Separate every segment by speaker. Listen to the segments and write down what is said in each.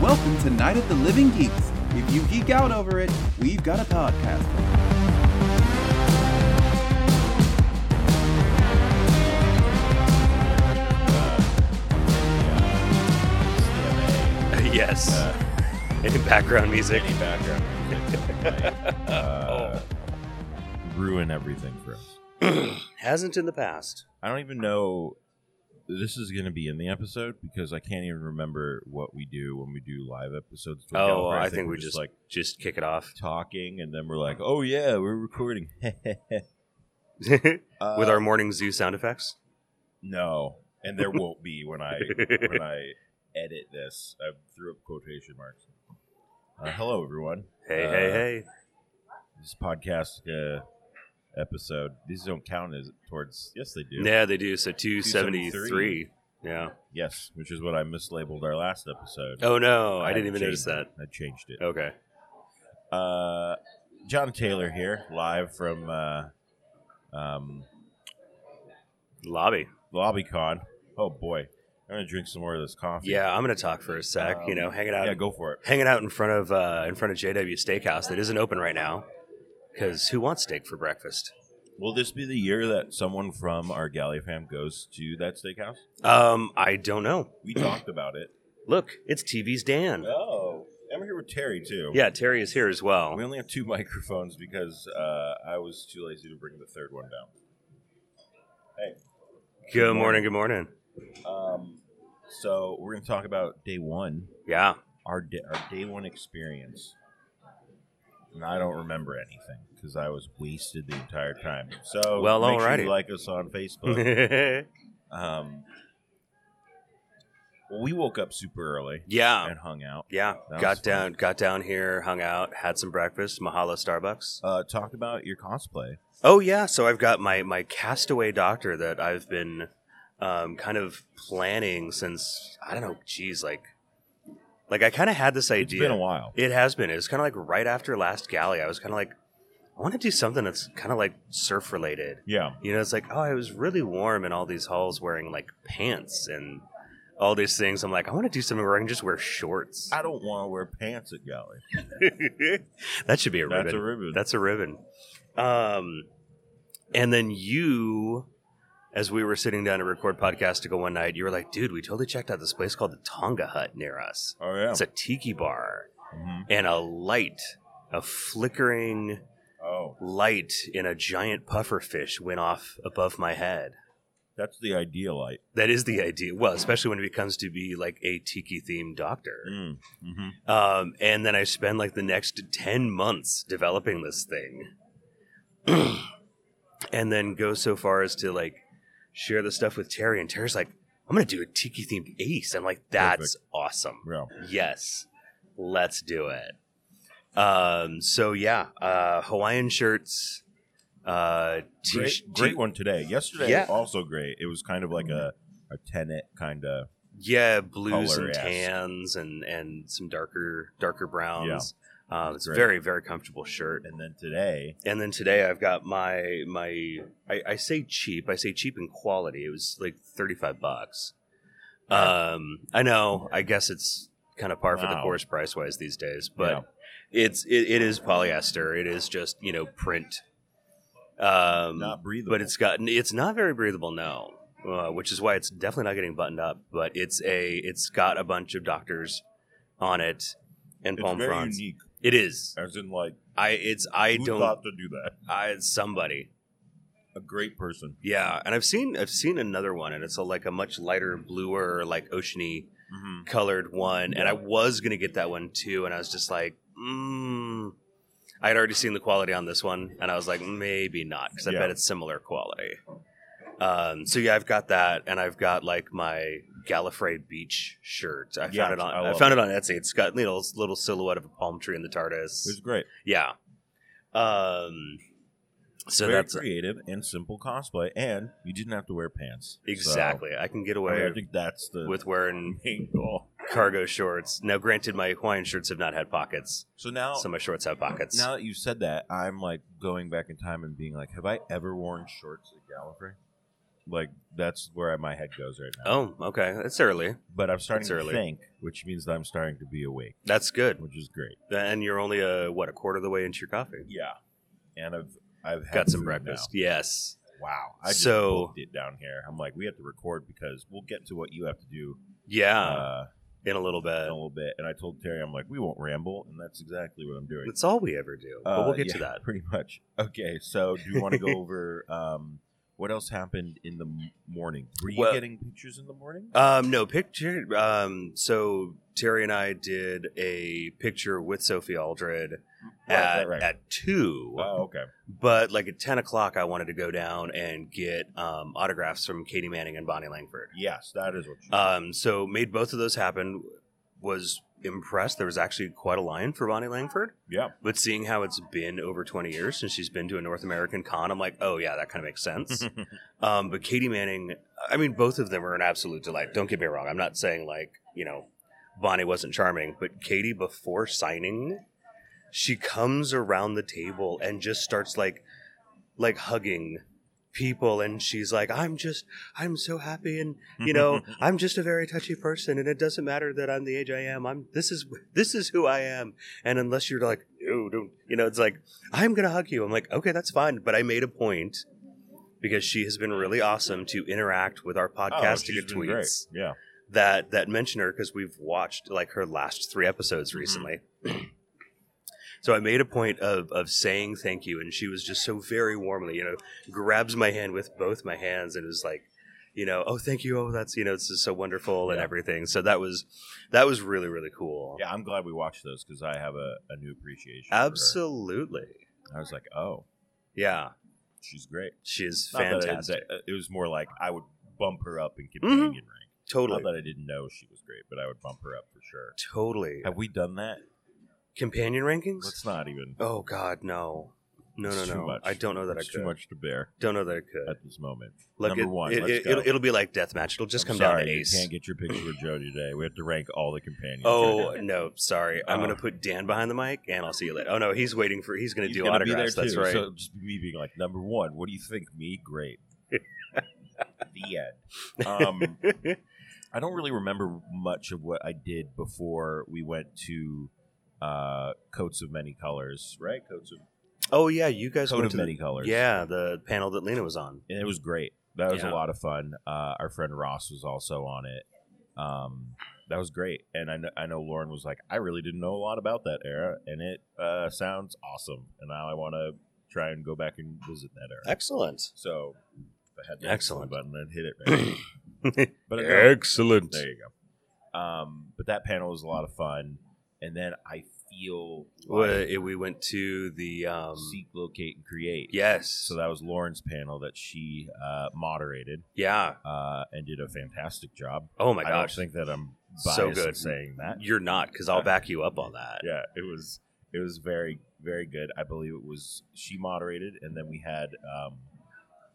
Speaker 1: welcome to Night of the Living Geeks. If you geek out over it, we've got a podcast.
Speaker 2: CMA,
Speaker 3: yes. Any background music.
Speaker 2: Uh, any background music that might, uh,
Speaker 3: Oh.
Speaker 2: ruin everything for us.
Speaker 3: Hasn't in the past.
Speaker 2: I don't even know this is going to be in the episode because I can't even remember what we do when we do live episodes. to account
Speaker 3: Oh,
Speaker 2: for.
Speaker 3: I think
Speaker 2: we're
Speaker 3: we just-
Speaker 2: like
Speaker 3: Just kick it off
Speaker 2: talking, and then we're like, "Oh yeah, we're recording."
Speaker 3: with
Speaker 2: Uh,
Speaker 3: our morning zoo sound effects.
Speaker 2: no, and there won't be when I when I edit this. I threw up quotation marks. Uh, hello, everyone.
Speaker 3: Hey,
Speaker 2: Uh,
Speaker 3: hey, hey.
Speaker 2: This podcast uh, episode. These don't count as towards. Yes, they do.
Speaker 3: Yeah, they do. So 273.
Speaker 2: 273.
Speaker 3: Yeah.
Speaker 2: Yes, which is what I mislabeled our last episode.
Speaker 3: Oh, no. I, didn't
Speaker 2: had
Speaker 3: even notice
Speaker 2: changed
Speaker 3: that.
Speaker 2: it. I changed it.
Speaker 3: Okay.
Speaker 2: Uh, John Taylor here, live from uh, um,
Speaker 3: Lobby.
Speaker 2: LobbyCon. Oh boy, I'm gonna drink some more of this coffee. Uh,
Speaker 3: Yeah, I'm going to talk for a sec. you know, hanging out.
Speaker 2: yeah, go for it.
Speaker 3: Hanging out in front of uh, in front of JW Steakhouse that isn't open right now, because who wants steak for breakfast?
Speaker 2: Will this be the year that someone from our Galley fam goes to that steakhouse?
Speaker 3: Um, I don't know.
Speaker 2: We talked about it.
Speaker 3: Look, it's TV's Dan.
Speaker 2: Oh, I'm here with Terry too.
Speaker 3: Yeah, Terry is here as well.
Speaker 2: We only have two microphones because uh, I was too lazy to bring the third one down.
Speaker 3: Good morning. Good morning.
Speaker 2: Um, so we're going to talk about day one,
Speaker 3: Yeah.
Speaker 2: our day, our day one experience. And I don't remember anything because I was wasted the entire time. So
Speaker 3: Well,
Speaker 2: make sure
Speaker 3: alrighty.
Speaker 2: you like us on Facebook.
Speaker 3: yeah.
Speaker 2: um, well, we woke up super early and hung out.
Speaker 3: Yeah.
Speaker 2: That was
Speaker 3: Got
Speaker 2: fun.
Speaker 3: down got down here, hung out, had some breakfast, Mahalo Starbucks.
Speaker 2: Uh, talk about your cosplay.
Speaker 3: Oh yeah, so I've got my my castaway doctor that I've been um, kind of planning since I don't know, geez, like like I kind of had this
Speaker 2: It's
Speaker 3: idea.
Speaker 2: been a while.
Speaker 3: It has been. It was kind of like right after last galley. I was kind of like I want to do something that's kind of like surf related.
Speaker 2: Yeah.
Speaker 3: You know, it's like, oh, I was really warm in all these halls wearing like pants and all these things. I'm like, I want to do something where I can just wear shorts.
Speaker 2: I don't want to wear pants at Galley.
Speaker 3: that should be a
Speaker 2: That's
Speaker 3: ribbon.
Speaker 2: a ribbon.
Speaker 3: That's a ribbon. Um, and then you, as we were sitting down to record Podcastica one night, you were like, dude, we totally checked out this place called the Tonga Hut near us.
Speaker 2: oh, yeah.
Speaker 3: It's a tiki bar
Speaker 2: Mhm.
Speaker 3: and a light, a flickering
Speaker 2: Oh,
Speaker 3: light in a giant puffer fish went off above my head.
Speaker 2: that's the idea light.
Speaker 3: That is the idea. Well, especially when it becomes to be like a tiki themed doctor.
Speaker 2: Mm. hmm
Speaker 3: Um, and then I spend like the next 10 months developing this thing. and then go so far as to like share the stuff with Terry. And Terry's like, I'm going to do a tiki themed ace. I'm like, that's awesome.
Speaker 2: Yeah.
Speaker 3: Yes, let's do it. Um, so yeah, uh, Hawaiian shirts, uh, t-
Speaker 2: great, great one today. Yesterday,
Speaker 3: Yeah.
Speaker 2: also great. It was kind of like a a tenant kind of.
Speaker 3: Yeah, blues and
Speaker 2: Color-esque.
Speaker 3: tans and and some darker darker browns. Um, it's a
Speaker 2: Great.
Speaker 3: very very comfortable shirt.
Speaker 2: And then today,
Speaker 3: And then today I've got my my I, I say cheap I say cheap in quality. It was like thirty five bucks. Um, I know. I guess it's kind of par for the
Speaker 2: Wow.
Speaker 3: course price wise these days, but it's it, it is polyester. It is just you know print. Um,
Speaker 2: not breathable.
Speaker 3: but it's gotten it's not very breathable now uh, which is why it's definitely not getting buttoned up but it's a it's got a bunch of doctors on it and
Speaker 2: It's
Speaker 3: palm
Speaker 2: very
Speaker 3: fronds
Speaker 2: unique.
Speaker 3: it is
Speaker 2: As in, like
Speaker 3: i it's i
Speaker 2: who
Speaker 3: don't
Speaker 2: thought to do that?
Speaker 3: i it's somebody
Speaker 2: A great person.
Speaker 3: yeah and i've seen i've seen another one and it's a, like a much lighter bluer like oceany
Speaker 2: Mm-hmm.
Speaker 3: colored one and i was gonna get that one too and i was just like mm i had already seen the quality on this one and i was like maybe not because i
Speaker 2: Yeah.
Speaker 3: bet it's similar quality um so yeah i've got that and i've got like my gallifrey beach shirt i
Speaker 2: Yes,
Speaker 3: found it on
Speaker 2: I
Speaker 3: i,
Speaker 2: love
Speaker 3: found it. on etsy it's got you know this little silhouette of a palm tree in the tardis
Speaker 2: It was great.
Speaker 3: yeah um so
Speaker 2: very
Speaker 3: that's
Speaker 2: creative and simple cosplay, and you didn't have to wear pants. So,
Speaker 3: exactly i can get
Speaker 2: I, mean, I
Speaker 3: away
Speaker 2: think that's the
Speaker 3: with wearing
Speaker 2: main goal.
Speaker 3: cargo shorts now granted my hawaiian shirts have not had pockets
Speaker 2: So now,
Speaker 3: So my shorts have pockets.
Speaker 2: Oh. now that you said that, I'm like going back in time and being like, have I ever worn shorts at Gallifrey? Like that's where my head goes right now.
Speaker 3: Oh, okay. That's early.
Speaker 2: but I'm starting
Speaker 3: it's
Speaker 2: to
Speaker 3: early.
Speaker 2: think, which means that I'm starting to be awake,
Speaker 3: That's good.
Speaker 2: which is great.
Speaker 3: And you're only a what a quarter of the way into your coffee.
Speaker 2: Yeah, and I've I've had
Speaker 3: Got some
Speaker 2: food
Speaker 3: breakfast.
Speaker 2: now.
Speaker 3: Yes.
Speaker 2: Wow, I just
Speaker 3: So-
Speaker 2: booked it down here. I'm like, we have to record because we'll get to what you have to do
Speaker 3: Yeah.
Speaker 2: uh,
Speaker 3: in a little
Speaker 2: in
Speaker 3: bit.
Speaker 2: a little bit. And I told Terry, I'm like, we won't ramble, and that's exactly what I'm doing.
Speaker 3: That's all we ever do.
Speaker 2: Uh,
Speaker 3: but we'll get
Speaker 2: yeah,
Speaker 3: to that.
Speaker 2: pretty much. Okay, so do you want to go over um, what else happened in the m- morning? Were you
Speaker 3: Well-
Speaker 2: getting pictures in the morning?
Speaker 3: Um, no picture. Um, so Terry and I did a picture with Sophie Aldred
Speaker 2: Right,
Speaker 3: at
Speaker 2: right, right.
Speaker 3: at two.
Speaker 2: oh, okay.
Speaker 3: But like at ten o'clock, I wanted to go down and get um, autographs from Katie Manning and Bonnie Langford.
Speaker 2: Yes, that is what you.
Speaker 3: Um, so made both of those happen. Was impressed. There was actually quite a line for Bonnie Langford.
Speaker 2: yeah,
Speaker 3: But seeing how it's been over 20 years since she's been to a North American con, I'm like, oh, yeah, that kind of makes sense. um, but Katie Manning, I mean, both of them are an absolute delight. Don't get me wrong. I'm not saying, like, you know, Bonnie wasn't charming, but Katie, before signing, she comes around the table and just starts, like, like hugging people and she's like i'm just i'm so happy and you know i'm just a very touchy person and it doesn't matter that i'm the age i am i'm this is this is who i am and unless you're like no don't you know it's like i'm gonna hug you i'm like okay that's fine but i made a point because she has been really awesome to interact with our podcast to
Speaker 2: Oh, she's
Speaker 3: get
Speaker 2: been great.
Speaker 3: tweets
Speaker 2: Yeah,
Speaker 3: that that mention her because we've watched like her last three episodes
Speaker 2: Mhm.
Speaker 3: recently so i made a point of of saying thank you and she was just so very warmly you know grabs my hand with both my hands and is like you know oh thank you oh that's you know it's just so wonderful and
Speaker 2: Yeah.
Speaker 3: everything so that was that was really really cool
Speaker 2: yeah. I'm glad we watched those because I have a, a new appreciation. for her.
Speaker 3: absolutely
Speaker 2: I was like, oh,
Speaker 3: yeah
Speaker 2: she's great.
Speaker 3: she's
Speaker 2: Not that I didn't
Speaker 3: fantastic Mm-hmm.
Speaker 2: say- uh, it was more like I would bump her up in companion rank.
Speaker 3: totally
Speaker 2: Not that I didn't know she was great, but I would bump her up for sure.
Speaker 3: totally
Speaker 2: Have we done that?
Speaker 3: companion rankings
Speaker 2: Let's not even.
Speaker 3: oh god no no
Speaker 2: It's
Speaker 3: no
Speaker 2: too
Speaker 3: no
Speaker 2: much.
Speaker 3: i don't know that
Speaker 2: It's
Speaker 3: i could
Speaker 2: too much to bear
Speaker 3: don't know that i could
Speaker 2: at this moment.
Speaker 3: Look,
Speaker 2: Number
Speaker 3: it,
Speaker 2: one,
Speaker 3: It,
Speaker 2: let's
Speaker 3: it,
Speaker 2: go.
Speaker 3: will it'll be like deathmatch. It'll just
Speaker 2: I'm
Speaker 3: come
Speaker 2: sorry,
Speaker 3: down to
Speaker 2: you
Speaker 3: ace.
Speaker 2: Can't get your picture with Joe today. We have to rank all the companions.
Speaker 3: Oh
Speaker 2: right now.
Speaker 3: no, sorry. I'm
Speaker 2: Oh.
Speaker 3: gonna put Dan behind the mic, and I'll see you later. Oh no, he's waiting for. He's gonna
Speaker 2: He's
Speaker 3: do
Speaker 2: gonna be
Speaker 3: autographs.
Speaker 2: there
Speaker 3: That's
Speaker 2: too,
Speaker 3: right.
Speaker 2: So just me being like number one. What do you think? Me, great. the end. Um, I don't really remember much of what I did before we went to uh, coats of many colors. Right, coats of
Speaker 3: oh yeah, you guys
Speaker 2: coat
Speaker 3: went
Speaker 2: of
Speaker 3: to
Speaker 2: many
Speaker 3: the,
Speaker 2: colors.
Speaker 3: yeah the panel that Lena was on.
Speaker 2: and it was great. That was
Speaker 3: Yeah.
Speaker 2: a lot of fun. Uh, our friend Ross was also on it. Um, that was great, and I know, I know Lauren was like, I really didn't know a lot about that era, and it uh, sounds awesome. And now I want to try and go back and visit that era.
Speaker 3: Excellent.
Speaker 2: So if I had the
Speaker 3: Excellent.
Speaker 2: button, I'd hit it. Right but uh, no,
Speaker 3: Excellent.
Speaker 2: there you go. Um, but that panel was a lot of fun, and then I feel like
Speaker 3: eh, We, we went to the um,
Speaker 2: seek, locate, and create.
Speaker 3: yes.
Speaker 2: So that was Lauren's panel that she uh, moderated
Speaker 3: yeah.
Speaker 2: uh, and did a fantastic job.
Speaker 3: Oh my
Speaker 2: I don't
Speaker 3: gosh,
Speaker 2: think that I'm biased
Speaker 3: So good.
Speaker 2: in saying that.
Speaker 3: you're not because I'll back you up on that.
Speaker 2: Yeah, it was it was very very good. I believe it was she moderated, and then we had um,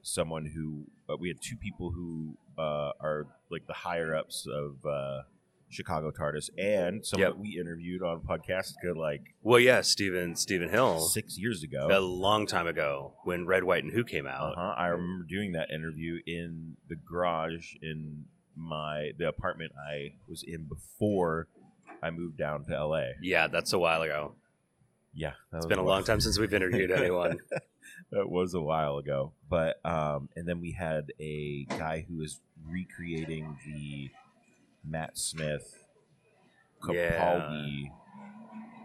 Speaker 2: someone who uh, we had two people who uh, are like the higher ups of uh, Chicago TARDIS, and someone
Speaker 3: Yep.
Speaker 2: that we interviewed on podcast good like
Speaker 3: Well, yeah, Stephen Stephen Hill
Speaker 2: six years ago.
Speaker 3: a long time ago when Red White and Who came out.
Speaker 2: Uh-huh. I remember doing that interview in the garage in my the apartment I was in before I moved down to LA.
Speaker 3: Yeah, that's a while ago.
Speaker 2: Yeah, that
Speaker 3: It's
Speaker 2: was
Speaker 3: been a
Speaker 2: while-
Speaker 3: long time since we've interviewed anyone.
Speaker 2: That was a while ago, but um, and then we had a guy who was recreating the Matt Smith Capaldi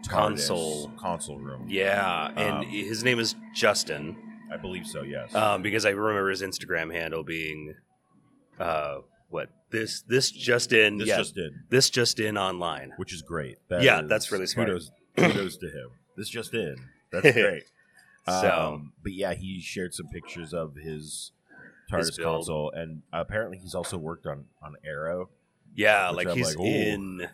Speaker 2: TARDIS
Speaker 3: Console.
Speaker 2: console room.
Speaker 3: Yeah, and
Speaker 2: Um,
Speaker 3: his name is Justin
Speaker 2: I believe so. Yes,
Speaker 3: um, because I remember his Instagram handle being, uh, what this this Justin
Speaker 2: this
Speaker 3: yeah
Speaker 2: just did,
Speaker 3: this Justin online.
Speaker 2: which is great.
Speaker 3: Yeah,
Speaker 2: is-
Speaker 3: that's really smart.
Speaker 2: Kudos, kudos to him. This just in. That's great.
Speaker 3: So-
Speaker 2: Um, but yeah, he shared some pictures of his
Speaker 3: His
Speaker 2: TARDIS
Speaker 3: build.
Speaker 2: console, and apparently he's also worked on on Arrow.
Speaker 3: Yeah,
Speaker 2: Which
Speaker 3: like
Speaker 2: I'm
Speaker 3: he's
Speaker 2: like, ooh.
Speaker 3: in,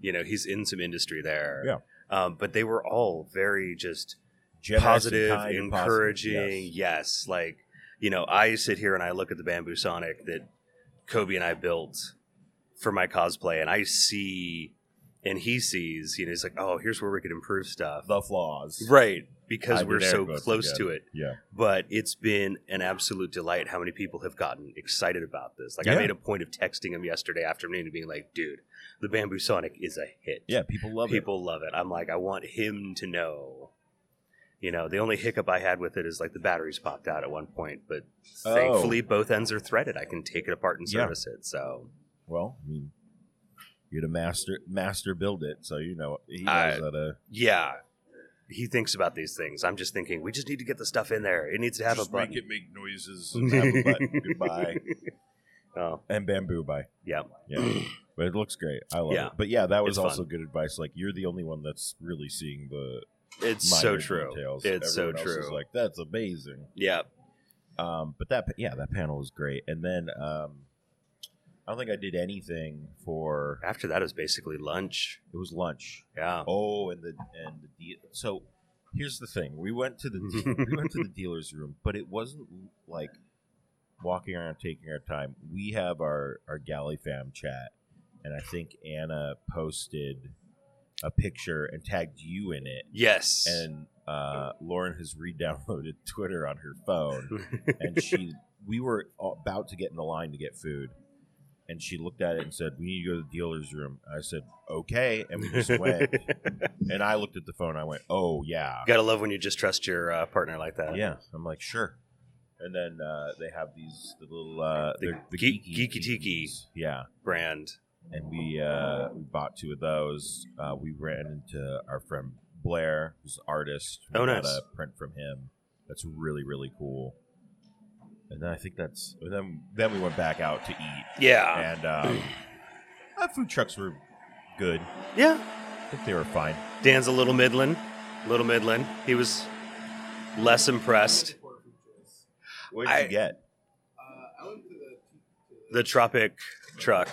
Speaker 3: you know, he's in some industry there.
Speaker 2: Yeah.
Speaker 3: Um, but they were all very just
Speaker 2: Generous and
Speaker 3: positive,
Speaker 2: kind and positive,
Speaker 3: encouraging.
Speaker 2: yes.
Speaker 3: yes. like you know, I sit here and I look at the bamboo sonic that Kobe and I built for my cosplay, and I see, and he sees. You know, he's like, "Oh, here's where we could improve stuff."
Speaker 2: the flaws.
Speaker 3: Right. because
Speaker 2: Either
Speaker 3: we're
Speaker 2: there
Speaker 3: so
Speaker 2: or both
Speaker 3: close
Speaker 2: together.
Speaker 3: to it.
Speaker 2: Yeah.
Speaker 3: But it's been an absolute delight how many people have gotten excited about this. Like I
Speaker 2: Yeah.
Speaker 3: made a point of texting him yesterday afternoon and being like, "Dude, the Bamboo Sonic is a hit.
Speaker 2: Yeah, people love it.
Speaker 3: people love it." I'm like, I want him to know. You know, the only hiccup I had with it is like the batteries popped out at one point, but
Speaker 2: Oh.
Speaker 3: thankfully both ends are threaded. I can take it apart and
Speaker 2: Yeah.
Speaker 3: service it. So
Speaker 2: Well, I mean, you're the master master build it, so you know he
Speaker 3: I-
Speaker 2: knows how to
Speaker 3: yeah. He thinks about these things. I'm just thinking, we just need to get the stuff in there. It needs to have
Speaker 2: just
Speaker 3: a button.
Speaker 2: make it make noises. and have a button. Goodbye
Speaker 3: Oh,
Speaker 2: and bamboo bye.
Speaker 3: yeah.
Speaker 2: Yeah, but it looks great. I love
Speaker 3: Yeah.
Speaker 2: it. But yeah, that was
Speaker 3: It's
Speaker 2: also
Speaker 3: fun.
Speaker 2: good advice. Like you're the only one that's really seeing the
Speaker 3: It's so
Speaker 2: minor
Speaker 3: true.
Speaker 2: Details.
Speaker 3: It's
Speaker 2: Everyone
Speaker 3: so
Speaker 2: else is
Speaker 3: true.
Speaker 2: like that's amazing.
Speaker 3: yeah.
Speaker 2: Um, but that yeah, that panel was great. And then um, I don't think I did anything for
Speaker 3: After that is basically lunch.
Speaker 2: it was lunch.
Speaker 3: Yeah.
Speaker 2: Oh, and the and the de- so here's the thing: we went to the we went to the dealer's room, but it wasn't like walking around taking our time. We have our our galley fam chat, and I think Anna posted a picture and tagged you in it,
Speaker 3: Yes.
Speaker 2: and uh, Lauren has re-downloaded Twitter on her phone, and she we were about to get in the line to get food and she looked at it and said we need to go to the dealer's room i said okay and we just went and i looked at the phone i went oh yeah
Speaker 3: Gotta love when you just trust your uh, partner like that.
Speaker 2: yeah i'm like sure and then uh, they have these the little uh,
Speaker 3: The
Speaker 2: they're- the
Speaker 3: geek- geeky
Speaker 2: teekees. yeah
Speaker 3: Brand.
Speaker 2: and we uh, we bought two of those uh, we ran into our friend blair who's an artist we
Speaker 3: Oh,
Speaker 2: got
Speaker 3: nice.
Speaker 2: a print from him that's really really cool and then i think that's and then then we went back out to eat
Speaker 3: Yeah.
Speaker 2: and um, uh, food trucks were good.
Speaker 3: Yeah.
Speaker 2: I think they were fine.
Speaker 3: Dan's a little midland. Little midland. He was less impressed.
Speaker 2: What did
Speaker 3: I-
Speaker 2: you get?
Speaker 3: The Tropic truck.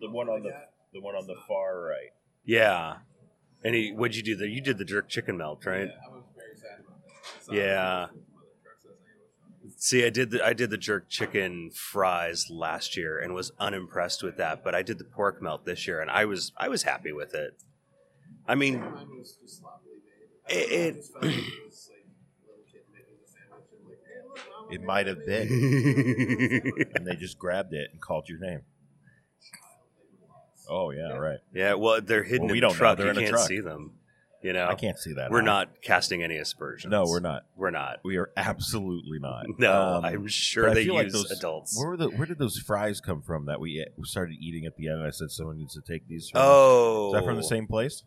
Speaker 2: The one on the the one on the far right.
Speaker 3: Yeah. And he, what'd you do there? You did the jerk chicken melt, right? Yeah. See, I did the I did the jerk chicken fries last year and was unimpressed with that, but I did the pork melt this year and I was I was happy with it. I mean, it,
Speaker 2: It might have been,
Speaker 3: it
Speaker 2: and they just grabbed it and called your name. Oh yeah, right.
Speaker 3: yeah. Well, they're hidden
Speaker 2: Well, we
Speaker 3: in
Speaker 2: don't
Speaker 3: the
Speaker 2: know.
Speaker 3: truck.
Speaker 2: They're
Speaker 3: You
Speaker 2: in a
Speaker 3: can't
Speaker 2: truck.
Speaker 3: see them. You know,
Speaker 2: I can't see that.
Speaker 3: we're
Speaker 2: now.
Speaker 3: not casting any aspersions.
Speaker 2: No, we're not.
Speaker 3: We're not.
Speaker 2: We are absolutely not.
Speaker 3: No,
Speaker 2: Um,
Speaker 3: I'm
Speaker 2: but
Speaker 3: sure
Speaker 2: I
Speaker 3: they use
Speaker 2: feel like those-
Speaker 3: adults.
Speaker 2: Where were the Where did those fries come from that we we started eating at the end? And I said someone needs to take these. From us?"
Speaker 3: Oh,
Speaker 2: is that from the same place?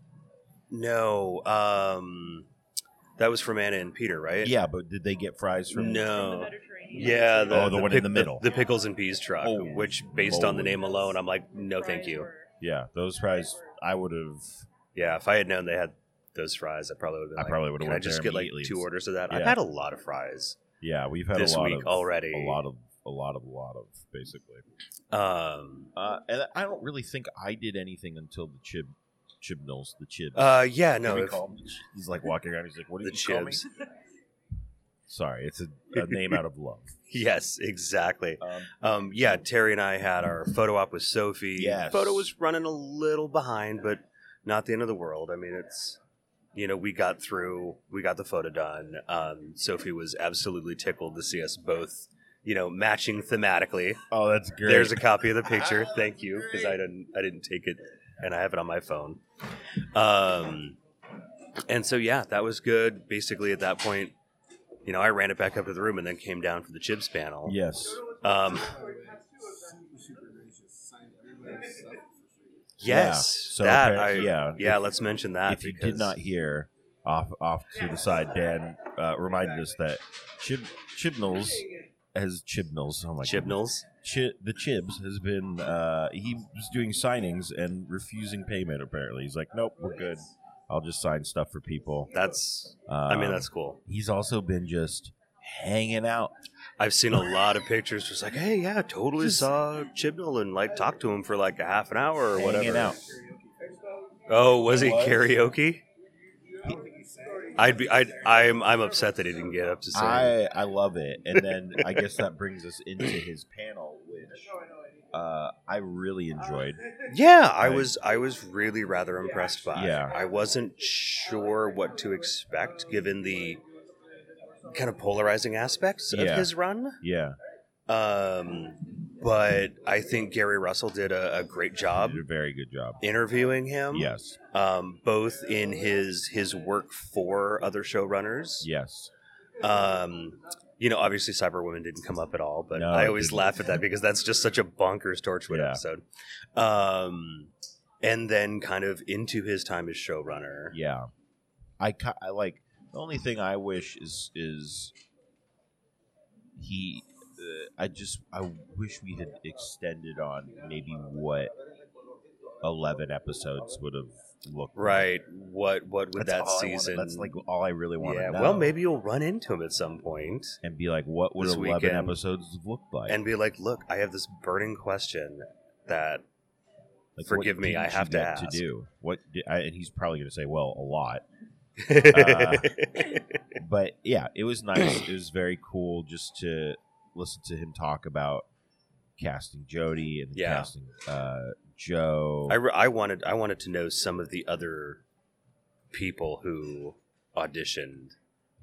Speaker 3: No, um, that was from Anna and Peter, right?
Speaker 2: Yeah, but did they get fries from?
Speaker 4: From the
Speaker 3: No.
Speaker 4: Mediterranean.
Speaker 3: Yeah, the,
Speaker 2: Oh, the one in the middle.
Speaker 3: the, pickles and peas truck.
Speaker 2: Oh,
Speaker 3: which, based on the
Speaker 2: moly.
Speaker 3: name alone, I'm like, no, thank
Speaker 4: Fries
Speaker 3: you.
Speaker 4: were-
Speaker 2: Yeah, those fries. I would have
Speaker 3: Yeah, if I had known they had those fries, I probably would have.
Speaker 2: I probably would've
Speaker 3: Can I
Speaker 2: went
Speaker 3: just
Speaker 2: there
Speaker 3: get like
Speaker 2: immediately.
Speaker 3: two orders of that? I've
Speaker 2: Yeah.
Speaker 3: had a lot of fries.
Speaker 2: Yeah, we've had
Speaker 3: this
Speaker 2: a lot
Speaker 3: week
Speaker 2: of
Speaker 3: already.
Speaker 2: a lot of a lot of a lot of basically.
Speaker 3: Um,
Speaker 2: Uh, and I don't really think I did anything until the chib chibnals the chibs.
Speaker 3: uh, yeah,
Speaker 2: Can
Speaker 3: no,
Speaker 2: we
Speaker 3: if-
Speaker 2: call 'em the ch- he's like walking around. He's like, "What do
Speaker 3: the
Speaker 2: you call me?"
Speaker 3: chips.
Speaker 2: Sorry, it's a, a name out of love.
Speaker 3: Yes, exactly.
Speaker 2: Um,
Speaker 3: Um, yeah, Terry and I had our photo op with Sophie.
Speaker 2: Yes.
Speaker 3: Photo was running a little behind, but not the end of the world. I mean, it's you know, we got through, we got the photo done. Um, Sophie was absolutely tickled to see us both, you know, matching thematically.
Speaker 2: oh, that's great.
Speaker 3: There's a copy of the picture.
Speaker 2: Ah,
Speaker 3: Thank you, because I
Speaker 2: great.
Speaker 3: didn't, I didn't take it, and I have it on my phone. Um, and so yeah, that was good. Basically, at that point, you know, I ran it back up to the room and then came down for the Chibs panel.
Speaker 2: yes.
Speaker 3: Um,
Speaker 2: Yeah,
Speaker 3: yes,
Speaker 2: so
Speaker 3: that
Speaker 2: appar-
Speaker 3: I,
Speaker 2: yeah,
Speaker 3: yeah, Let's mention that.
Speaker 2: If you
Speaker 3: because-
Speaker 2: did not hear, off off to the side, Dan uh, reminded us that chib chibnals has chibnals. Oh my goodness.
Speaker 3: Chibnall's,
Speaker 2: Chi- the Chibs has been uh, he was doing signings and refusing payment. Apparently, he's like, "Nope, we're good. I'll just sign stuff for people."
Speaker 3: that's
Speaker 2: Uh,
Speaker 3: I mean that's cool.
Speaker 2: he's also been just hanging out.
Speaker 3: I've seen a lot of pictures. Just like, hey, yeah, totally
Speaker 2: Just-
Speaker 3: saw Chibnall and like talked to him for like a half an hour or
Speaker 2: Hanging
Speaker 3: whatever.
Speaker 2: out.
Speaker 3: Oh, was he
Speaker 2: Was.
Speaker 3: karaoke? I'd be. I'd, I'm. I'm upset that he didn't get up to sing.
Speaker 2: I I love it. And then I guess that brings us into his panel, which uh, I really enjoyed.
Speaker 3: Yeah, I
Speaker 2: Right.
Speaker 3: was I was really rather impressed by. it.
Speaker 2: Yeah.
Speaker 3: I wasn't sure what to expect given the kind of polarizing aspects
Speaker 2: Yeah.
Speaker 3: of his run.
Speaker 2: Yeah,
Speaker 3: Um, but I think Gary Russell did a, a great job
Speaker 2: did a very good job.
Speaker 3: interviewing him.
Speaker 2: Yes,
Speaker 3: Um, both in his his work for other showrunners.
Speaker 2: yes.
Speaker 3: Um, you know, obviously Cyberwoman didn't come up at all, but
Speaker 2: No,
Speaker 3: I
Speaker 2: it
Speaker 3: always
Speaker 2: didn't.
Speaker 3: laugh at that because that's just such a bonkers Torchwood
Speaker 2: Yeah.
Speaker 3: episode. Um, and then kind of into his time as showrunner.
Speaker 2: Yeah, I, ki- I like the only thing I wish is is he. Uh, I just I wish we had extended on maybe what eleven episodes would have looked like.
Speaker 3: Right. What what would
Speaker 2: That's
Speaker 3: that
Speaker 2: all I wanna-
Speaker 3: season
Speaker 2: that's like all I really want to
Speaker 3: yeah,
Speaker 2: know.
Speaker 3: well, maybe you'll run into him at some point
Speaker 2: and be like, what would
Speaker 3: This
Speaker 2: eleven
Speaker 3: weekend.
Speaker 2: episodes have looked like?
Speaker 3: and be like, "Look, I have this burning question that
Speaker 2: like,
Speaker 3: forgive
Speaker 2: what
Speaker 3: me,
Speaker 2: didn't
Speaker 3: I
Speaker 2: you
Speaker 3: have to
Speaker 2: get
Speaker 3: ask.
Speaker 2: to do what. Did, I, and he's probably going to say, well, a lot. Uh. but yeah, it was nice. it was very cool just to listen to him talk about casting Jody and
Speaker 3: Yeah.
Speaker 2: casting uh, Joe.
Speaker 3: I, re- I wanted I wanted to know some of the other people who auditioned.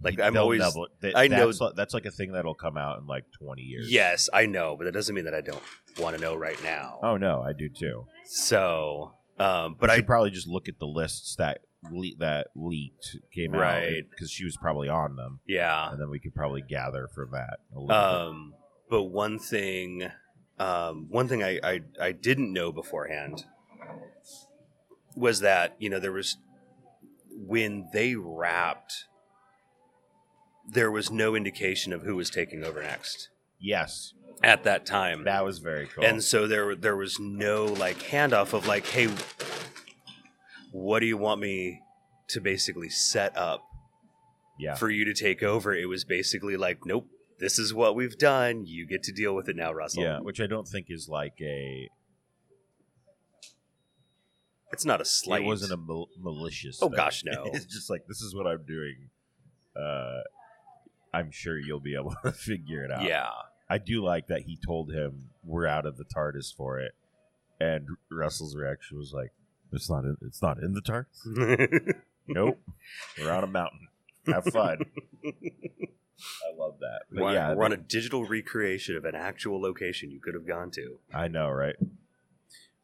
Speaker 3: Like I'm
Speaker 2: They'll
Speaker 3: always
Speaker 2: double- that-
Speaker 3: I know-
Speaker 2: that's, li- that's like a thing that'll come out in like twenty years.
Speaker 3: Yes, I know, but that doesn't mean that I don't want to know right now.
Speaker 2: Oh no, I do too.
Speaker 3: So, um, but
Speaker 2: But I
Speaker 3: I
Speaker 2: probably just look at the lists that le- that leaked came
Speaker 3: Right.
Speaker 2: because she was probably on them,
Speaker 3: yeah.
Speaker 2: and then we could probably gather from that. A little bit.
Speaker 3: Um, but one thing, um, one thing I, I I didn't know beforehand was that you know there was when they wrapped, there was no indication of who was taking over next
Speaker 2: Yes,
Speaker 3: at that time.
Speaker 2: that was very cool.
Speaker 3: And so there there was no like handoff of like, hey, what do you want me to basically set up
Speaker 2: yeah,
Speaker 3: for you to take over? It was basically like, nope, this is what we've done. You get to deal with it now, Russell.
Speaker 2: yeah, which I don't think is like a.
Speaker 3: It's not a slight.
Speaker 2: It wasn't a mal- malicious.
Speaker 3: Oh,
Speaker 2: thing.
Speaker 3: gosh, no.
Speaker 2: it's just like this is what I'm doing. Uh, I'm sure you'll be able to figure it out.
Speaker 3: Yeah.
Speaker 2: I do like that he told him we're out of the TARDIS for it, and Russell's reaction was like, "It's not. In, it's not in the TARDIS. nope, we're on a mountain. Have fun." I love that. But
Speaker 3: we're,
Speaker 2: yeah,
Speaker 3: we're on a digital recreation of an actual location you could have gone to.
Speaker 2: I know, right?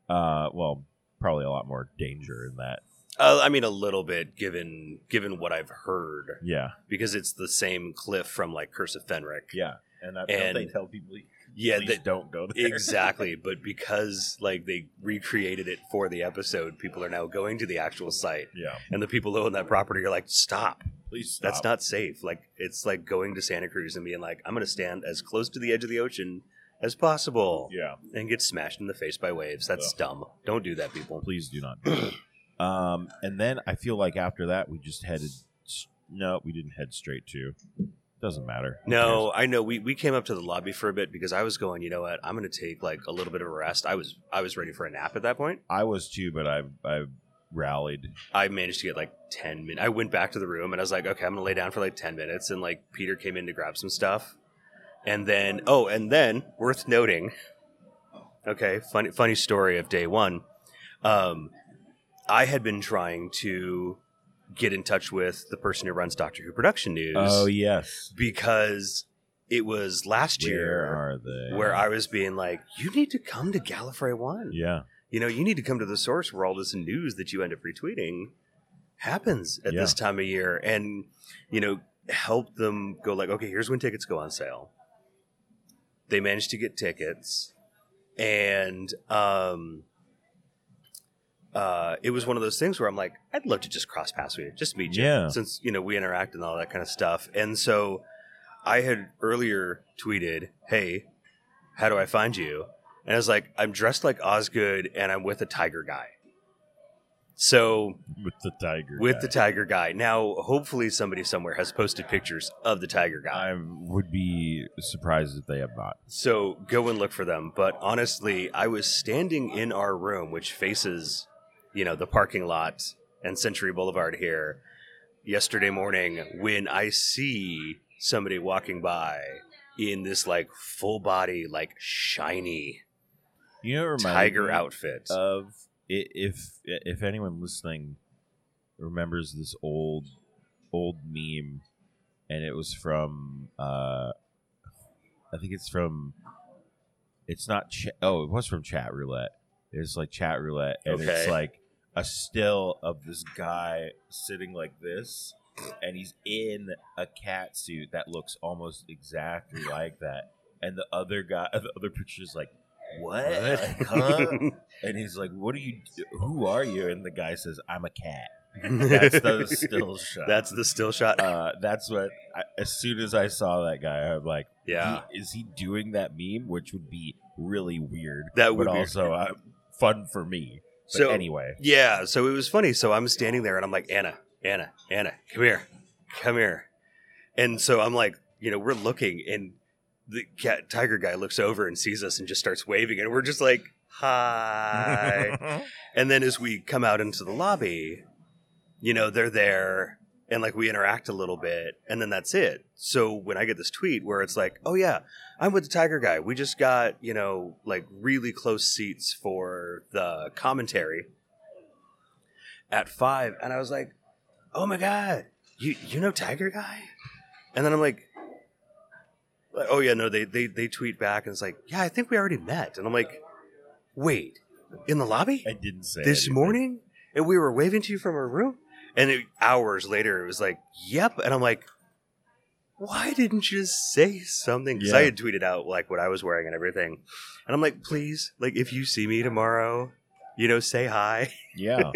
Speaker 2: Uh, well, probably a lot more danger in that.
Speaker 3: Uh, I mean, a little bit given given what I've heard,
Speaker 2: Yeah,
Speaker 3: because it's the same cliff from like Curse of Fenric.
Speaker 2: yeah. And, I,
Speaker 3: And-
Speaker 2: they tell people,
Speaker 3: Yeah,
Speaker 2: please
Speaker 3: that,
Speaker 2: don't go there.
Speaker 3: exactly but because like they recreated it for the episode people are now going to the actual site
Speaker 2: Yeah,
Speaker 3: and the people who own that property are like stop
Speaker 2: please. Stop.
Speaker 3: that's not safe like it's like going to santa cruz and being like i'm going to stand as close to the edge of the ocean as possible
Speaker 2: Yeah,
Speaker 3: and get smashed in the face by waves that's
Speaker 2: Ugh.
Speaker 3: dumb don't do that people
Speaker 2: please do not. Do it. um, and then I feel like after that we just headed. s- No, we didn't head straight to. Doesn't matter. Who
Speaker 3: no i know we, we came up to the lobby for a bit because i was going you know what i'm going to take like a little bit of a rest i was i was ready for a nap at that point
Speaker 2: I was too, but I I rallied.
Speaker 3: I managed to get like 10 minutes. I went back to the room and I was like, okay, I'm going to lay down for like 10 minutes. And like Peter came in to grab some stuff. And then, oh, and then worth noting, okay, funny, funny story of day one. Um, I had been trying to get in touch with the person who runs Doctor Who production news
Speaker 2: Oh, yes,
Speaker 3: because it was last
Speaker 2: where
Speaker 3: year
Speaker 2: are they?
Speaker 3: where I was being like, you need to come to Gallifrey One.
Speaker 2: Yeah,
Speaker 3: You know, you need to come to the source where all this news that you end up retweeting happens at
Speaker 2: Yeah.
Speaker 3: this time of year and, you know, help them go like, okay, here's when tickets go on sale. They managed to get tickets. And um, uh, it was one of those things where I'm like, I'd love to just cross paths with you, just meet you.
Speaker 2: Yeah.
Speaker 3: Since, you know, we interact and all that kind of stuff. And so I had earlier tweeted, hey, how do I find you? And I was like, I'm dressed like Osgood and I'm with a tiger guy. So
Speaker 2: with the tiger.
Speaker 3: with
Speaker 2: guy.
Speaker 3: the tiger guy. Now, hopefully, somebody somewhere has posted pictures of the tiger guy.
Speaker 2: I would be surprised if they have not.
Speaker 3: So go and look for them. But honestly, I was standing in our room, which faces, you know, the parking lot and Century Boulevard here, yesterday morning when I see somebody walking by in this like full body, like shiny
Speaker 2: You know, what reminded
Speaker 3: tiger
Speaker 2: me Uh,
Speaker 3: outfit.
Speaker 2: of i- if if anyone listening remembers this old old meme, and it was from uh, I think it's from it's not cha- oh it was from chat roulette. It's like chat roulette, and it's
Speaker 3: Okay.
Speaker 2: like a still of this guy sitting like this. And he's in a cat suit that looks almost exactly like that. And the other guy, the other picture is like, what? Like, huh? And he's like, "What are you? Who are you?" And the guy says, "I'm a cat." That's the still shot.
Speaker 3: That's the still shot.
Speaker 2: uh, that's what. I, as soon as I saw that guy, I'm like,
Speaker 3: yeah.
Speaker 2: he- is he doing that meme?" Which would be really weird.
Speaker 3: That would
Speaker 2: but
Speaker 3: be-
Speaker 2: also uh, fun for me. But
Speaker 3: So
Speaker 2: anyway,
Speaker 3: Yeah, so it was funny. So I'm standing there and I'm like, Anna, Anna, Anna, come here, come here. And so I'm like, you know, we're looking, and the cat tiger guy looks over and sees us and just starts waving, and we're just like, hi. and then as we come out into the lobby, you know, they're there, and like we interact a little bit, and then that's it. So when I get this tweet where it's like, oh yeah, I'm with the tiger guy. We just got you know like really close seats for the commentary at five, and I was like, "Oh my god, you you know Tiger Guy?" And then I'm like, like, "Oh yeah, no." They they they tweet back and it's like, "Yeah, I think we already met." And I'm like, "Wait, in the lobby
Speaker 2: I didn't say
Speaker 3: this
Speaker 2: anything.
Speaker 3: morning, and we were waving to you from our room." And it, hours later, it was like, "Yep," and I'm like. Why didn't you just say something? Because I
Speaker 2: Yeah.
Speaker 3: had tweeted out like what I was wearing and everything, and I'm like, please, like if you see me tomorrow, you know, say hi.
Speaker 2: Yeah.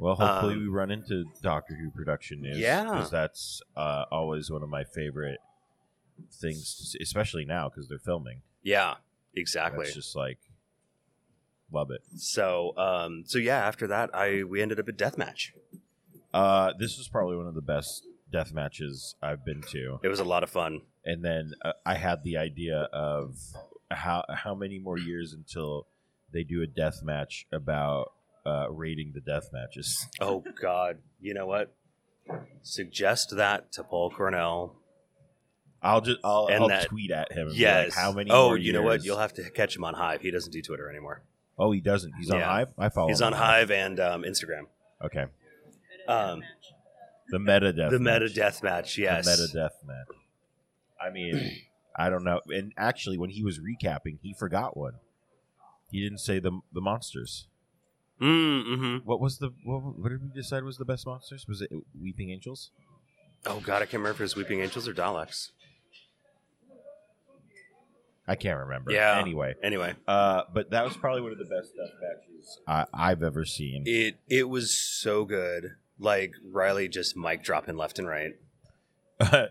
Speaker 2: Well, hopefully
Speaker 3: Um,
Speaker 2: we run into Doctor Who production news.
Speaker 3: Yeah.
Speaker 2: because that's uh, always one of my favorite things, to see, especially now because they're filming.
Speaker 3: Yeah, exactly.
Speaker 2: That's just like love it.
Speaker 3: So, um, so yeah, after that, I we ended up at deathmatch.
Speaker 2: Uh, this was probably one of the best death matches I've been to.
Speaker 3: It was a lot of fun.
Speaker 2: And then uh, I had the idea of how how many more years until they do a death match about uh, rating the death matches.
Speaker 3: Oh God, you know what? Suggest that to Paul Cornell.
Speaker 2: I'll just I'll,
Speaker 3: And
Speaker 2: I'll
Speaker 3: that-
Speaker 2: tweet at him. And be
Speaker 3: Yes.
Speaker 2: like, how many?
Speaker 3: Oh,
Speaker 2: more
Speaker 3: you know what?
Speaker 2: years?"
Speaker 3: You'll have to catch him on Hive. He doesn't do Twitter anymore.
Speaker 2: oh, he doesn't. He's on
Speaker 3: Yeah.
Speaker 2: Hive. I follow.
Speaker 3: He's
Speaker 2: him
Speaker 3: on Hive and um, Instagram.
Speaker 2: Okay.
Speaker 3: Um,
Speaker 2: The meta death.
Speaker 3: the
Speaker 2: match.
Speaker 3: meta deathmatch. Yes.
Speaker 2: The meta death match. I mean, I don't know. And actually, when he was recapping, he forgot one. He didn't say the the monsters.
Speaker 3: Mm, hmm
Speaker 2: What was the what, what did we decide was the best monsters? Was it Weeping Angels?
Speaker 3: Oh God, I can't remember if it's Weeping Angels or Daleks.
Speaker 2: I can't remember.
Speaker 3: Yeah.
Speaker 2: Anyway,
Speaker 3: Anyway,
Speaker 2: uh, but that was probably one of the best death matches I, I've ever seen.
Speaker 3: it it was so good. Like Riley just mic dropping left and right.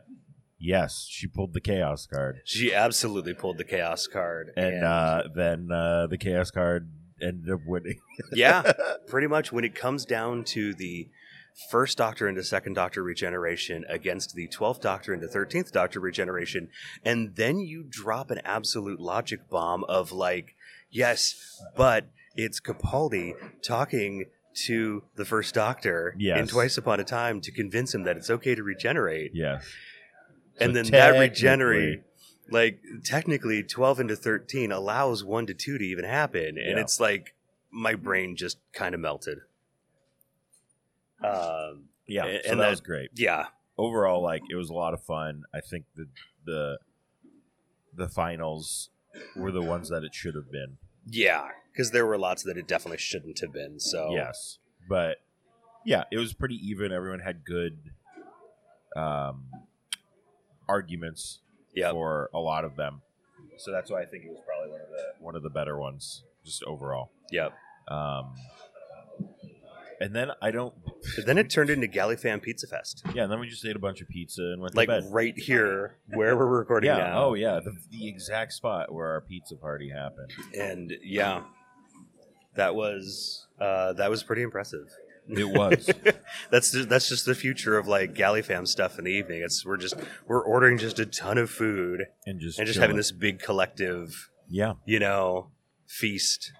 Speaker 2: yes, she pulled the chaos card,
Speaker 3: She absolutely pulled the chaos card,
Speaker 2: and uh, then uh, the chaos card ended up winning.
Speaker 3: yeah, pretty much when it comes down to the first Doctor into second Doctor regeneration against the 12th Doctor into 13th Doctor regeneration, and then you drop an absolute logic bomb of like, yes, but it's Capaldi talking to the first Doctor in
Speaker 2: Yes.
Speaker 3: Twice Upon a Time to convince him that it's okay to regenerate
Speaker 2: yes,
Speaker 3: and
Speaker 2: So
Speaker 3: then that
Speaker 2: technically-
Speaker 3: regenerate like technically 12 into 13 allows 1 to 2 to even happen and
Speaker 2: Yeah.
Speaker 3: it's like my brain just kind of melted um
Speaker 2: Yeah,
Speaker 3: And-
Speaker 2: so
Speaker 3: and
Speaker 2: that,
Speaker 3: that-
Speaker 2: was great.
Speaker 3: yeah
Speaker 2: Overall, like it was a lot of fun. I think the the the finals were the ones that it should have been.
Speaker 3: yeah because there were lots that it definitely shouldn't have been so
Speaker 2: Yes, but yeah, it was pretty even. Everyone had good um, arguments
Speaker 3: yeah
Speaker 2: for a lot of them, so that's why I think it was probably one of the one of the better ones just overall.
Speaker 3: yeah
Speaker 2: Um, and then I don't.
Speaker 3: but then it turned into galley fan pizza fest
Speaker 2: Yeah, and then we just ate a bunch of pizza and went
Speaker 3: like
Speaker 2: to bed.
Speaker 3: right here where we're recording
Speaker 2: yeah.
Speaker 3: now
Speaker 2: Oh, yeah. The, the exact spot where our pizza party happened.
Speaker 3: and yeah that was uh that was pretty impressive
Speaker 2: It was.
Speaker 3: that's just, that's just the future of like galley fam stuff in the evening. It's we're just we're ordering just a ton of food
Speaker 2: and just
Speaker 3: and just
Speaker 2: chilling.
Speaker 3: having this big collective,
Speaker 2: yeah,
Speaker 3: you know, feast.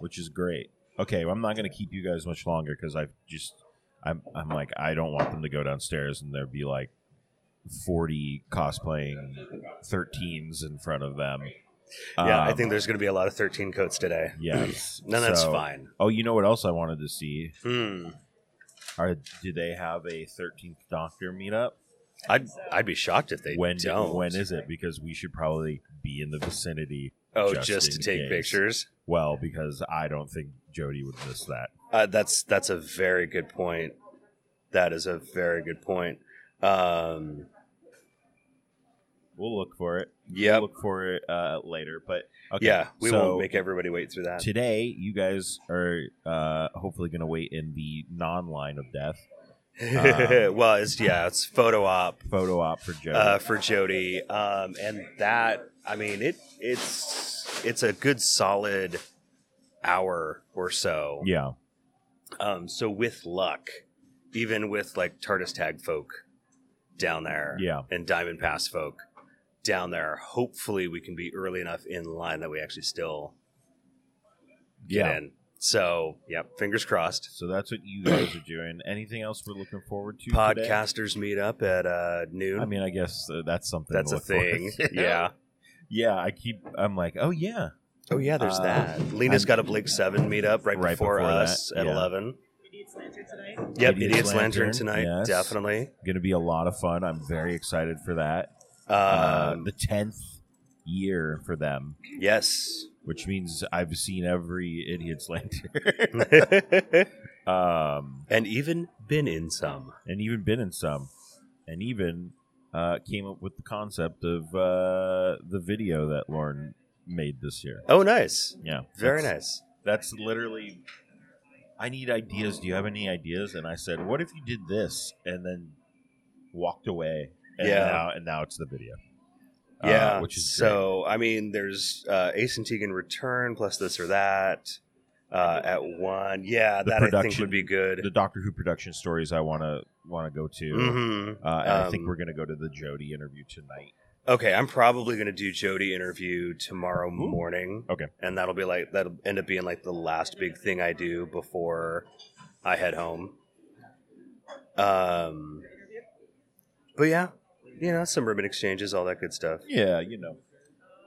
Speaker 2: which is great. Okay, well, I'm not going to keep you guys much longer because I just I'm I'm like I don't want them to go downstairs and there'd be like 40 cosplaying 13s in front of them
Speaker 3: Yeah, I
Speaker 2: Um,
Speaker 3: think there's going to be a lot of 13 coats today.
Speaker 2: Yes.
Speaker 3: No, that's
Speaker 2: So-
Speaker 3: fine.
Speaker 2: Oh, you know what else I wanted to see?
Speaker 3: Hmm.
Speaker 2: Are do they have a 13th Doctor meetup?
Speaker 3: I'd I'd be shocked if they
Speaker 2: when
Speaker 3: don't.
Speaker 2: when is it? Because we should probably be in the vicinity.
Speaker 3: oh
Speaker 2: just
Speaker 3: just,
Speaker 2: in
Speaker 3: to take
Speaker 2: case.
Speaker 3: pictures?
Speaker 2: Well, because I don't think Jody would miss that.
Speaker 3: Uh, that's that's a very good point. That is a very good point. Um,
Speaker 2: We'll look for it.
Speaker 3: yep.
Speaker 2: We'll look for it uh, later. But okay,
Speaker 3: Yeah, we
Speaker 2: so
Speaker 3: won't make everybody wait through that.
Speaker 2: Today, you guys are uh, hopefully going to wait in the non line of death uh,
Speaker 3: well, it's yeah, it's photo op
Speaker 2: photo op for Jody.
Speaker 3: uh, for Jody, um, and that I mean it it's it's a good solid hour or so.
Speaker 2: yeah,
Speaker 3: Um, so with luck, even with like TARDIS tag folk down there,
Speaker 2: yeah.
Speaker 3: and Diamond Pass folk down there, hopefully we can be early enough in line that we actually still get
Speaker 2: Yeah.
Speaker 3: in. So, yep, fingers crossed.
Speaker 2: So that's what you guys are doing. Anything else we're looking forward to? today?
Speaker 3: Podcasters meet up at uh, noon.
Speaker 2: I mean, I guess uh, that's something.
Speaker 3: that's
Speaker 2: to
Speaker 3: a
Speaker 2: look forward
Speaker 3: thing.
Speaker 2: to.
Speaker 3: yeah.
Speaker 2: yeah. I keep. I'm like, oh yeah,
Speaker 3: Oh yeah, there's
Speaker 2: Uh,
Speaker 3: that. Lena's
Speaker 2: I'm-
Speaker 3: got a Blake Seven meetup right,
Speaker 2: Right
Speaker 3: before,
Speaker 2: before
Speaker 3: us
Speaker 2: that,
Speaker 3: at
Speaker 2: yeah.
Speaker 3: eleven.
Speaker 4: Idiot's Lantern today.
Speaker 3: Yep,
Speaker 2: Idiot's
Speaker 3: Idiot's, Lantern,
Speaker 2: Lantern,
Speaker 3: tonight,
Speaker 2: yes.
Speaker 3: definitely.
Speaker 2: gonna be a lot of fun. I'm very excited for that.
Speaker 3: Um,
Speaker 2: Uh, the tenth year for them,
Speaker 3: yes.
Speaker 2: which means I've seen every idiot's lantern, um,
Speaker 3: and even been in some.
Speaker 2: and even been in some, and even uh, came up with the concept of uh, the video that Lauren made this year.
Speaker 3: Oh, nice.
Speaker 2: Yeah,
Speaker 3: Very
Speaker 2: that's-
Speaker 3: nice.
Speaker 2: That's literally. I need ideas. Do you have any ideas? And I said, "What if you did this?" And then walked away. And
Speaker 3: Yeah.
Speaker 2: Now, and now it's the video. Uh,
Speaker 3: Yeah,
Speaker 2: which is great.
Speaker 3: so. I mean, there's uh, Ace and Tegan return plus this or that uh, at one. Yeah,
Speaker 2: The
Speaker 3: that I think
Speaker 2: production-
Speaker 3: would be good.
Speaker 2: the Doctor Who production stories I want to want to go to.
Speaker 3: Mhm.
Speaker 2: Uh, and I think
Speaker 3: Um,
Speaker 2: we're going to go to the Jody interview tonight.
Speaker 3: Okay, I'm probably gonna do Jody interview tomorrow morning.
Speaker 2: Okay.
Speaker 3: and that'll be like that'll end up being like the last big thing I do before I head home. Um, but yeah, you know, some ribbon exchanges, all that good stuff.
Speaker 2: Yeah, you know.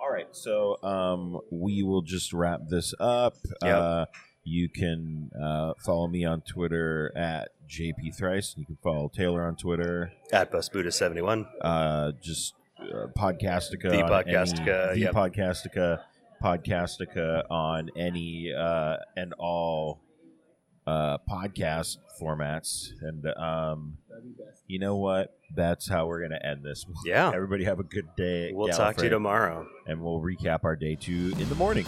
Speaker 2: All right, so um, we will just wrap this up.
Speaker 3: Yeah.
Speaker 2: Uh, you can uh, follow me on Twitter at JP Thrice. You can follow Taylor on Twitter.
Speaker 3: At Bus Buddha seventy one.
Speaker 2: Uh, just uh, Podcastica.
Speaker 3: The
Speaker 2: on any-
Speaker 3: Podcastica,
Speaker 2: the
Speaker 3: yep.
Speaker 2: Podcastica. Podcastica on any uh, and all uh, podcast formats. And um, you know what? That's how we're going to end this.
Speaker 3: Yeah,
Speaker 2: Everybody have a good day. at
Speaker 3: we'll talk to you
Speaker 2: Gallifrey
Speaker 3: tomorrow.
Speaker 2: and we'll recap our day two in the morning.